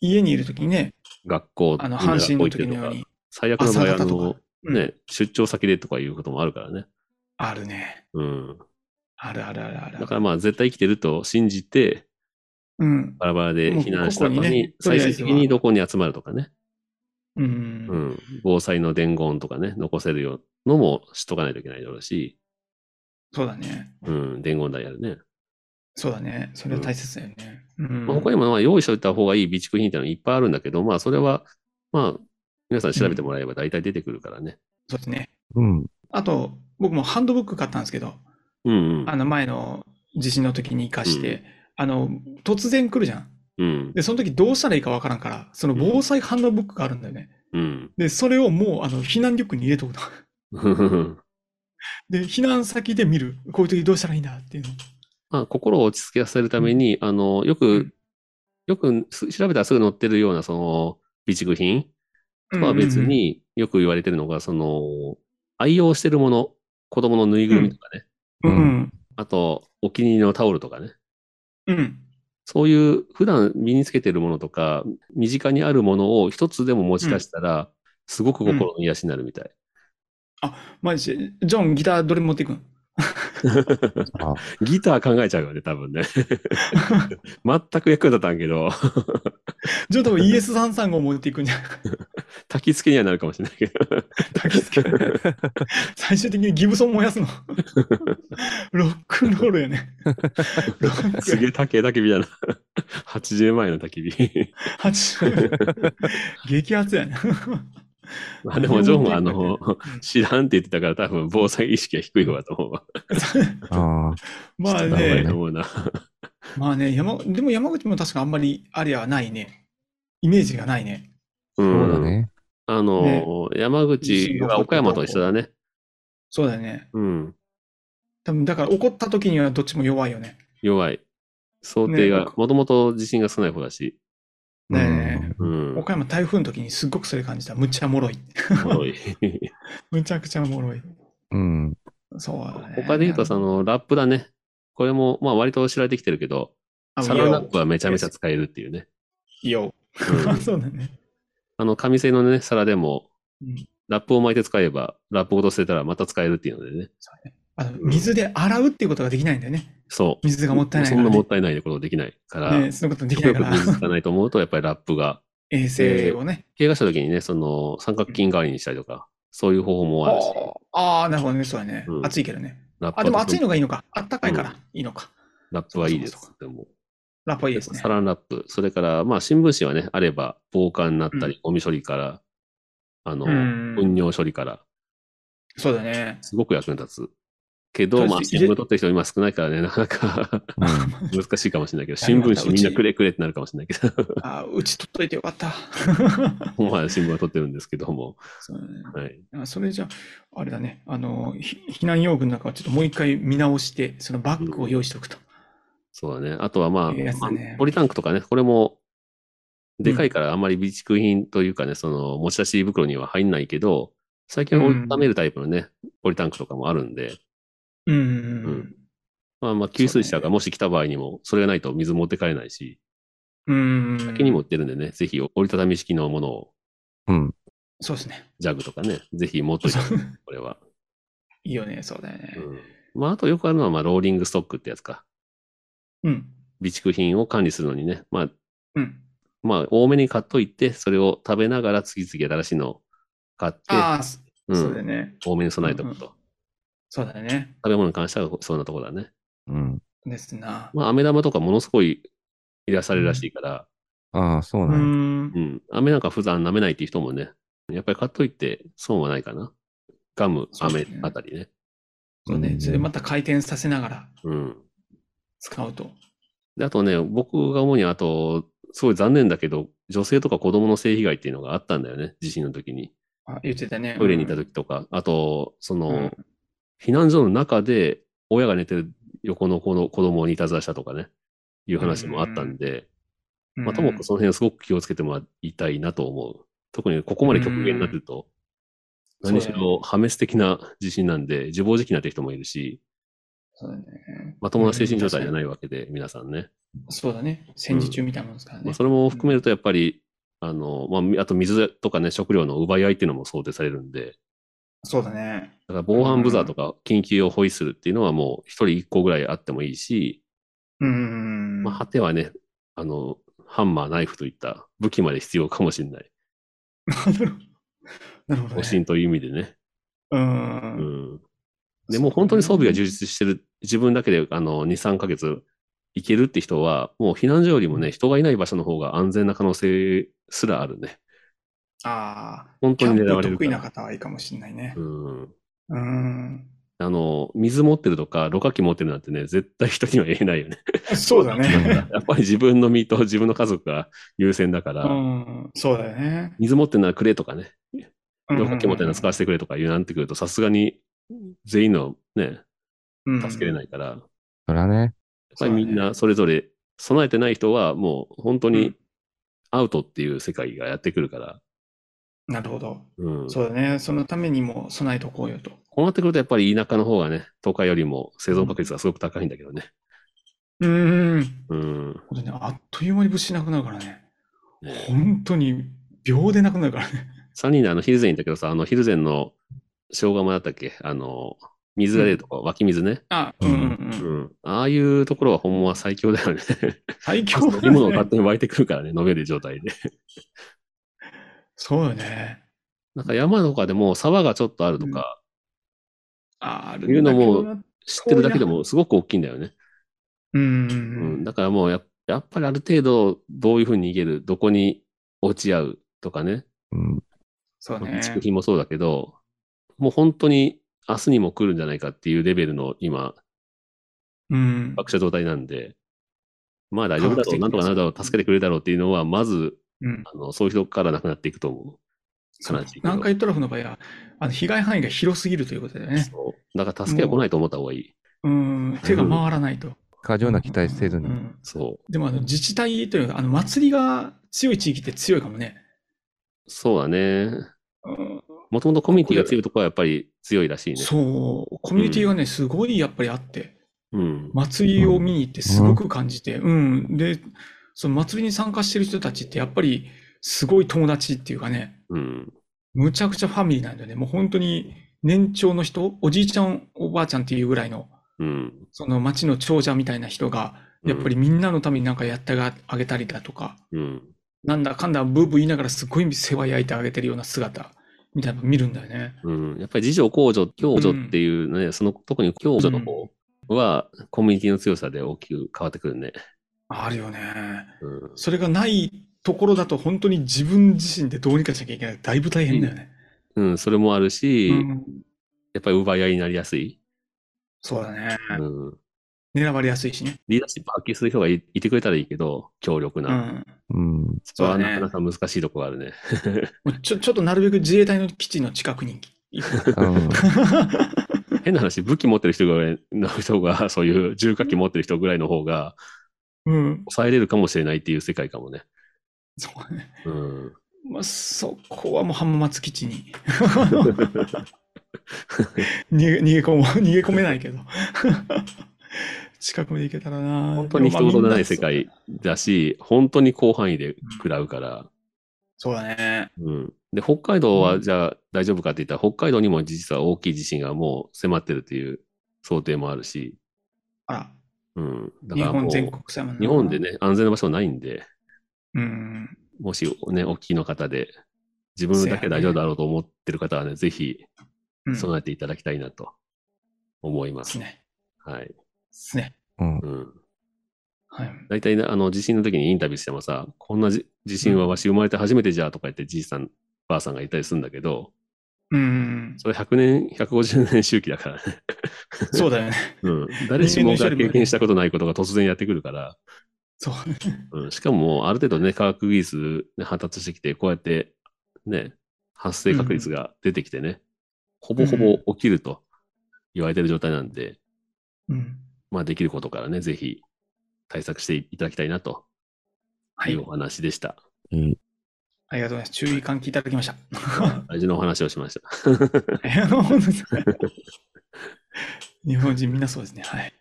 Speaker 3: 家にいるときにね、
Speaker 2: 学校、
Speaker 3: あの、
Speaker 2: みんな
Speaker 3: 阪神の
Speaker 2: 学校行って
Speaker 3: 時
Speaker 2: ると
Speaker 3: のよう
Speaker 2: か
Speaker 3: に、
Speaker 2: 最悪の場
Speaker 3: 朝
Speaker 2: 合、あ
Speaker 3: 方と
Speaker 2: の
Speaker 3: か、、うん
Speaker 2: ね、出張先でとかいうこともあるからね。
Speaker 3: あるね。
Speaker 2: うん。
Speaker 3: あるあるあるある。
Speaker 2: だからまあ絶対生きてると信じて、
Speaker 3: うん。
Speaker 2: バラバラで避難した後
Speaker 3: もうここに
Speaker 2: に
Speaker 3: ね、
Speaker 2: 最終的にどこに集まるとかね、
Speaker 3: う。
Speaker 2: うんん。防災の伝言とかね、残せるようのもしとかないといけないだろうし、
Speaker 3: そうだね。
Speaker 2: うん、伝言台やるね。
Speaker 3: そうだね。それは大切だよね。うん。
Speaker 2: まあ、他にもまあ用意しておいた方がいい備蓄品ってのはいっぱいあるんだけど、まあそれは、まあ皆さん調べてもらえれば大体出てくるからね。
Speaker 3: そうですね。
Speaker 4: うん。
Speaker 3: あと、僕もハンドブック買ったんですけど、
Speaker 2: うんうん。
Speaker 3: あの前の地震の時に活かして、あの、突然来るじゃん。
Speaker 2: うん。
Speaker 3: で、その時どうしたらいいかわからんから、その防災ハンドブックがあるんだよね。
Speaker 2: うん。
Speaker 3: で、それをもう、あの、 避難リュックに入れとくと。で、避難先で見る。こういう時どうしたらいいんだっていうの。
Speaker 2: まあ、心を落ち着かせるために、あの、よく、よくす調べたらすぐ載ってるような、その、備蓄品とは別
Speaker 3: うんうんうん、
Speaker 2: によく言われてるのが、その、愛用してるもの、子供のぬいぐるみとかね、
Speaker 3: うん。
Speaker 2: あと、お気に入りのタオルとかね、
Speaker 3: うん。
Speaker 2: そういう普段身につけてるものとか、身近にあるものを一つでも持ち出したら、すごく心の癒しになるみたい。
Speaker 3: マジで、ジョン、ギターどれ持っていくん
Speaker 4: あ、
Speaker 2: ギター考えちゃうよね、多分ね。全く役に立たんけど、
Speaker 3: ジョン多分 ES335 持っていくん じゃん。
Speaker 2: 焚き付けにはなるかもしれないけど。
Speaker 3: 焚き付け。最終的にギブソン燃やすの。 ロックンロールや ね。ロック
Speaker 2: すげえ高え焚き火だな。80万円の焚き火。
Speaker 3: 80激アツ やね。
Speaker 2: まあでも、ジョンはあ
Speaker 3: 何
Speaker 2: の
Speaker 3: を持っ、
Speaker 2: 知らんって言ってたから多分防災意識は低い方だと思うわ。
Speaker 4: あ
Speaker 3: まあ
Speaker 4: なるほど
Speaker 2: 高い
Speaker 3: ね
Speaker 2: と、思うな。
Speaker 3: まあね、山、でも山口も確かあんまりあれはないね。イメージがないね。
Speaker 2: う。
Speaker 4: そうんだね。
Speaker 2: あの、山口は岡山と一緒だね。
Speaker 3: そうだよね。
Speaker 2: うん。
Speaker 3: 多分だから怒った時にはどっちも弱いよね。
Speaker 2: 弱い。想定
Speaker 3: ね
Speaker 2: が、もともと地震が少ない方だし。
Speaker 3: ねえ
Speaker 2: うん。
Speaker 3: 岡山台風の時にすっごくそれ感じた。むっちゃもろい。
Speaker 2: 脆い
Speaker 3: むちゃくちゃおもろい。
Speaker 4: うん。
Speaker 3: そうだね。
Speaker 2: 他で言うと、その、ラップだね。これも、まあ割と知られてきてるけど、
Speaker 3: あの
Speaker 2: サランラップはめちゃめちゃ使えるっていうね。
Speaker 3: いいよ。
Speaker 2: うん
Speaker 3: あ そうだね。
Speaker 2: あの、紙製のね、皿でも
Speaker 3: うん、
Speaker 2: ラップを巻いて使えば、ラップごと捨てたらまた使えるっていうのでね。
Speaker 3: あの水で洗うっていうことができないんだよね。
Speaker 2: そう。
Speaker 3: 水がもったいないか
Speaker 2: そん
Speaker 3: ら、
Speaker 2: な
Speaker 3: ね。
Speaker 2: もったいないことできないから、
Speaker 3: ね、そのことできな
Speaker 2: よ
Speaker 3: い
Speaker 2: く
Speaker 3: から、
Speaker 2: 水使わないと思うと、やっぱりラップが、
Speaker 3: 衛生をね。
Speaker 2: 怪我した時にね、その、三角筋代わりにしたりとか、そういう方法もあるし、
Speaker 3: ああー、なるほどね。そうだね。
Speaker 2: うん
Speaker 3: 暑いけどね。
Speaker 2: ラップ
Speaker 3: あ、
Speaker 2: は
Speaker 3: でも暑い
Speaker 2: とても
Speaker 3: のがいいのか。あったかいから、
Speaker 2: う
Speaker 3: いいのか。
Speaker 2: ラップはいいです。
Speaker 3: そう
Speaker 2: でも
Speaker 3: ラップはいいですね
Speaker 2: サ。ランラップ。それから、まあ、新聞紙はね、あれば、防寒になったり、ゴミ処理から、あの、
Speaker 3: うん
Speaker 2: 糞尿処理から、
Speaker 3: そうだね。
Speaker 2: すごく役に立つけど、
Speaker 3: そうです
Speaker 2: まあ、新聞取ってる人今少ないからね、なかなか 難しいかもしれないけど、
Speaker 3: いや
Speaker 2: 新聞紙みん
Speaker 3: う
Speaker 2: な
Speaker 3: ち
Speaker 2: くれくれってなるかもしれないけ ど、
Speaker 3: あーうち取っといてよかった。
Speaker 2: まあ、新聞は取ってるんですけども、
Speaker 3: そうだね
Speaker 2: はい。
Speaker 3: あそれじゃあ、あれだね、あの、ひ避難用具の中はちょっともう一回見直して、そのバッグを用意しておくと。
Speaker 2: そうだね。あとはまあ、
Speaker 3: いいやつだね
Speaker 2: まあポリタンクとかね、これも、でかいからあんまり備蓄品というかね、その持ち出し袋には入んないけど、最近は折りためるタイプのね、ポリタンクとかもあるんで、
Speaker 3: うん。
Speaker 2: まあまあ、給水車がもし来た場合にも、それがないと水持って帰れないし、
Speaker 3: うん。うん
Speaker 2: 先にも売ってるんでね、ぜひ折りたたみ式のものを、
Speaker 4: うん。
Speaker 3: そうですね。
Speaker 2: ジャグとかね、ぜひ持っといて、
Speaker 3: そう
Speaker 2: これは。
Speaker 3: いいよね、そうだよね
Speaker 2: う。んまあ、あとよくあるのは、まあ、ローリングストックってやつか。
Speaker 3: うん。
Speaker 2: 備蓄品を管理するのにね、まあ、
Speaker 3: うん。
Speaker 2: まあ、多めに買っといて、それを食べながら次々新しいのを買って、
Speaker 3: ああ、そ
Speaker 2: うん
Speaker 3: そうだよね。
Speaker 2: 多めに備えておくと。
Speaker 3: そうだよね。
Speaker 2: 食べ物に関してはそんなところだね。
Speaker 4: うん。
Speaker 3: ですな。
Speaker 2: まあ、飴玉とかものすごいいらっしゃるらしいから、
Speaker 4: ああ、そう
Speaker 3: う
Speaker 4: なんや。
Speaker 3: ん
Speaker 2: う。ん。飴なんか普段舐めないっていう人もね、やっぱり買っといて損はないかな。ガム、
Speaker 3: そうで
Speaker 2: 飴
Speaker 3: すね
Speaker 2: あたりね。
Speaker 3: そうね
Speaker 4: う。ん
Speaker 3: それまた回転させながら
Speaker 2: うん。
Speaker 3: 使うと。
Speaker 2: で、あとね、僕が思うには、あと、すごい残念だけど、女性とか子供の性被害っていうのがあったんだよね、地震の時に。
Speaker 3: あ言ってたね。
Speaker 2: トイレにいた
Speaker 3: と
Speaker 2: 時とか、あと、その、
Speaker 3: うん
Speaker 2: 避難所の中で、親が寝てる横の子の子供にいたずらしたとかね、いう話もあったんで、まあ、ともかくその辺すごく気をつけてもらいたいなと思う。特にここまで極限になってると、
Speaker 3: うん
Speaker 2: 何し
Speaker 3: そうだ
Speaker 2: ろ破滅的な地震なんで、自暴自棄になってる人もいるし、
Speaker 3: そうだね。
Speaker 2: まともな精神状態じゃ
Speaker 3: い。
Speaker 2: ないわけで、皆さんね。
Speaker 3: そうだね。戦時中みたいなもんですから
Speaker 2: まあ、
Speaker 3: ね
Speaker 2: そ。れも含めると、やっぱり、あの、まあみ、あと水とかね、食料の奪い合いっていうのも想定されるんで、
Speaker 3: そうだね。
Speaker 2: だから防犯ブザーとか緊急をホイッスルっていうのはもう一人一個ぐらいあってもいいし、
Speaker 3: うん。
Speaker 2: まあ、果てはね、あの、ハンマー、ナイフといった武器まで必要かもしれない。
Speaker 3: なるほど、
Speaker 2: 保
Speaker 3: ね。
Speaker 2: 身という意味でね。
Speaker 3: う。
Speaker 2: うんん。でもう本当に装備が充実してる、自分だけであの2、3ヶ月行けるって人は、もう避難所よりもね、人がいない場所の方が安全な可能性すらあるね。
Speaker 3: ああ。
Speaker 2: 本当に狙わ
Speaker 3: キ
Speaker 2: れ
Speaker 3: ャン
Speaker 2: る
Speaker 3: プ
Speaker 2: か
Speaker 3: 得意な
Speaker 2: ら。
Speaker 3: 方はいいかもしれないね
Speaker 2: う。ん。
Speaker 3: うん。
Speaker 2: あの、水持ってるとか、ろ過器持ってるなんてね、絶対人には言えない よね。
Speaker 3: そうだね。
Speaker 2: やっぱり自分の身と自分の家族が優先だから、
Speaker 3: うん。そうだよね。
Speaker 2: 水持ってるならくれとかね、
Speaker 3: うん
Speaker 2: ロケ持ってるの使わせてくれとか言うなってくると、さすがに全員のね、助けれ
Speaker 3: い。
Speaker 2: ないから、やっ
Speaker 4: そりゃね。
Speaker 2: ぱりみんなそれぞれ備えてない人はもう本当
Speaker 3: う
Speaker 2: に
Speaker 3: ん
Speaker 2: アウトっていう世界がやってくるから、
Speaker 3: なるほど。
Speaker 2: うん。
Speaker 3: そうだね。そのためにも備えとこうよと。
Speaker 2: こうなってくるとやっぱり田舎の方がね、都会よりも生存確率がすごく高いんだけどね。
Speaker 3: うん。
Speaker 2: うん。
Speaker 3: これね、あっという間に物資なくなるからね。
Speaker 2: ね
Speaker 3: 本当に秒でなくなるからね。
Speaker 2: 3人であのヒルゼンいたけどさ、あのヒルゼンの生姜もだったっけあの、水が出るとこ、湧き水ね。
Speaker 3: あ、うんうんう。
Speaker 2: うんん。ああいうところはほんまは最強だ よね。
Speaker 3: 最強
Speaker 2: 飲
Speaker 3: だ
Speaker 2: み物が
Speaker 3: ね
Speaker 2: 勝。手に湧いてくるからね、飲める状態で。
Speaker 3: そうよね。
Speaker 2: なんか山とかでも沢がちょっとあるとか、
Speaker 3: あある
Speaker 2: いうのも
Speaker 3: だけどな
Speaker 2: 知ってるだけでもすごく大きいんだよね。
Speaker 3: うんう
Speaker 2: うんん。だからもうややっぱりある程度どういうふうに逃げる、どこに落ち合うとかね。
Speaker 4: うん。
Speaker 3: そう
Speaker 2: まあ
Speaker 3: ね。
Speaker 2: 築品もそうだけど、もう本当に明日にも来るんじゃないかっていうレベルの今、
Speaker 3: うん。
Speaker 2: 爆笑状態なんで、まあ大丈夫だろう、
Speaker 3: 科学的に
Speaker 2: なんとかなるだろう、助けてくれるだろうっていうのは、まず、
Speaker 3: うん。
Speaker 2: あの、そういう人からなくなっていくと思
Speaker 3: そう
Speaker 2: 悲しいけど
Speaker 3: 南海トラフの場合は、あの被害範囲が広すぎるということだよ
Speaker 2: う。
Speaker 3: ね。
Speaker 2: そう。だから助けは来ないと思った方がいい。
Speaker 3: うん。手が回らないと。
Speaker 4: 過剰な期待せずに
Speaker 3: う。ん
Speaker 2: そう。
Speaker 3: でもあの自治体というか、あの祭りが強い地域って強いかもね。
Speaker 2: そうだね。
Speaker 3: うん
Speaker 2: もともとコミュニティが強いところはやっぱり強いらしいね。
Speaker 3: そう、コミュニティがね、すごいやっぱりあって、
Speaker 2: うん。
Speaker 3: 祭りを見に行ってすごく感じて、うん。で、その祭りに参加してる人たちってやっぱりすごい友達っていうかね、
Speaker 2: うん。
Speaker 3: むちゃくちゃファミリーなんだよね。もう本当に年長の人、おじいちゃん、おばあちゃんっていうぐらいの、
Speaker 2: うん。
Speaker 3: その町の長者みたいな人が、やっぱりみんなのためになんかやってあげたりだとか、
Speaker 2: うん。
Speaker 3: なんだかんだブーブー言いながらすごい世話焼いてあげてるような姿みたいなの見るんだよね。
Speaker 2: うん。やっぱり自助公助、共助っていうね、その、特に共助の方は、コミュニティの強さで大きく変わってくるね。
Speaker 3: あるよね。
Speaker 2: うん。
Speaker 3: それがないところだと本当に自分自身でどうにかしなきゃいけない。だいぶ大変だよね。
Speaker 2: うん、それもあるし、
Speaker 3: うん
Speaker 2: やっぱり奪い合いになりやすい。
Speaker 3: そうだね。
Speaker 2: うん。
Speaker 3: 狙われやすいしね。
Speaker 2: リーダーシップ発揮する人がいいてくれたらいいけど、強力
Speaker 3: う
Speaker 2: な。
Speaker 3: ん。
Speaker 4: うん。
Speaker 2: それは
Speaker 3: そうだ
Speaker 2: な
Speaker 3: ね
Speaker 2: かなか難しいとこがあるね。
Speaker 3: もうちょ、ちょっとなるべく自衛隊の基地の近くに行く。
Speaker 4: うん
Speaker 2: 変な話、武器持ってる人ぐらいの人が、そういう重火器持ってる人ぐらいの方が、
Speaker 3: うん。
Speaker 2: 抑えれるかもしれないっていう世界かもね。
Speaker 3: そうだね。
Speaker 2: うん。
Speaker 3: まあ、そこはもう浜松基 地に逃げ逃げ込もう、 逃げ込めないけど。近くまで行けたらな。
Speaker 2: 本当に人事でない世
Speaker 3: でも
Speaker 2: 界
Speaker 3: まあみん
Speaker 2: だし、本当に広範囲で食らうから。
Speaker 3: そうだね。
Speaker 2: うん。で、北海道はじゃあ大丈夫かって言ったら、北海道にも実は大きい地震がもう迫ってるという想定もあるし、
Speaker 3: あら、
Speaker 2: うん。だ
Speaker 3: 日
Speaker 2: からも
Speaker 3: 本
Speaker 2: う、
Speaker 3: 全国さもんな
Speaker 2: 日本で。ね、安全な場所ないんで、
Speaker 3: うん。
Speaker 2: もしね、大きいの方で、自分だけ大丈夫だろうと思ってる方はね、ぜひ
Speaker 3: うん。
Speaker 2: 備えていただきたいなと思いま。
Speaker 3: ですすね。
Speaker 2: はい。
Speaker 3: ですね。
Speaker 4: うん。
Speaker 2: うん。
Speaker 3: はい。
Speaker 2: 大体ね、あの、地震の時にインタビューしてもさ、こんなじ地震はわし生まれて初めてじゃとか言って、じいさん、ばあさんがいたりするんだけど、
Speaker 3: うん。
Speaker 2: それ100年、150年周期だからね。
Speaker 3: そうだよね。
Speaker 2: うん。誰しも
Speaker 3: 人
Speaker 2: が
Speaker 3: 間の一人もね
Speaker 2: 経験したことないことが突然やってくるから、
Speaker 3: そうだね。
Speaker 2: うん。しかももう、ある程度ね、科学技術、ね、発達してきて、こうやって、ね、発生確率が出てきてね、ほぼほぼ起きると言われてる状態なんで、
Speaker 3: うん。
Speaker 2: まあ、できることからね、ぜひ対策していただきたいなと
Speaker 3: はいい。
Speaker 2: うお話でした。
Speaker 4: いい。
Speaker 3: ありがとうございます。注意喚起いただきました。
Speaker 2: 大事なお話をしました。
Speaker 3: 本当ですね 日本人みんなそうですね。はい。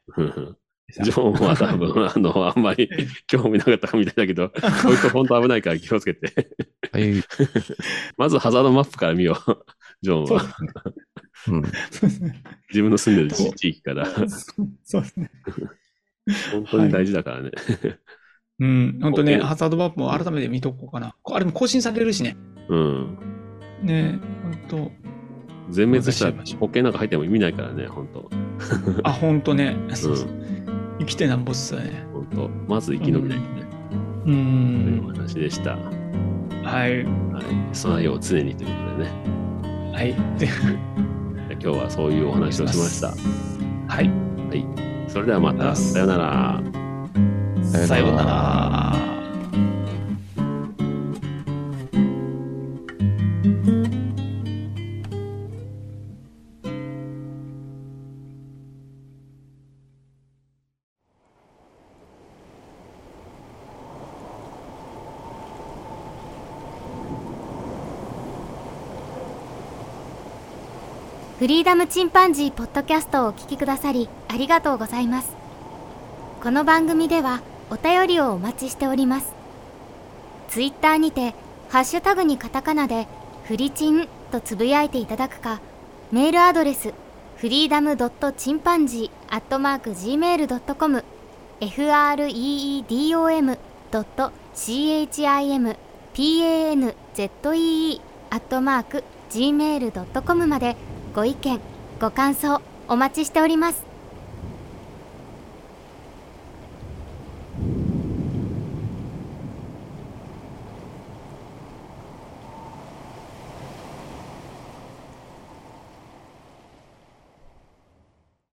Speaker 2: ジョンは多 分、あの、あんまり興味なかったみたいだけど、こいつ本当危ないから気をつけて。
Speaker 4: はい。
Speaker 2: まずハザードマップから見よう。ジョン
Speaker 3: そう
Speaker 2: は
Speaker 4: うん。
Speaker 3: そうです ね。
Speaker 2: 自分の住んでる地地域から、
Speaker 3: そうそうですね。
Speaker 2: 本当に大事だからね。
Speaker 3: うん、本当ね、
Speaker 2: OK
Speaker 3: ハザードマップも改めて見とこうかな。こあれも更新されるしね。
Speaker 2: うん。
Speaker 3: ね、本
Speaker 2: 全滅したら保険なんか入っても意味ないからね、本当。
Speaker 3: 当。あ、本当ね。
Speaker 2: うん、
Speaker 3: 生きてなんぼっすよね。
Speaker 2: 本当。まず生き延びないとね。
Speaker 3: う
Speaker 2: というお
Speaker 3: ん。
Speaker 2: 話でした。は
Speaker 3: はい。
Speaker 2: い。備えを常にということでね。
Speaker 3: はい。で
Speaker 2: 今日はそういうお話をしました。
Speaker 3: はい。
Speaker 2: それではまた、さようなら。
Speaker 3: さようなら。
Speaker 1: フリーダムチンパンジーポッドキャストをお聞きくださりありがとうございますこの番組ではお便りをお待ちしておりますツイッターにてハッシュタグにカタカナでフリチンとつぶやいていただくかメールアドレスフリーダムドットチンパンジーアットマーク gmail.com freedom ドット chim panzee アットマーク gmail.com までご意見ご感想お待ちしております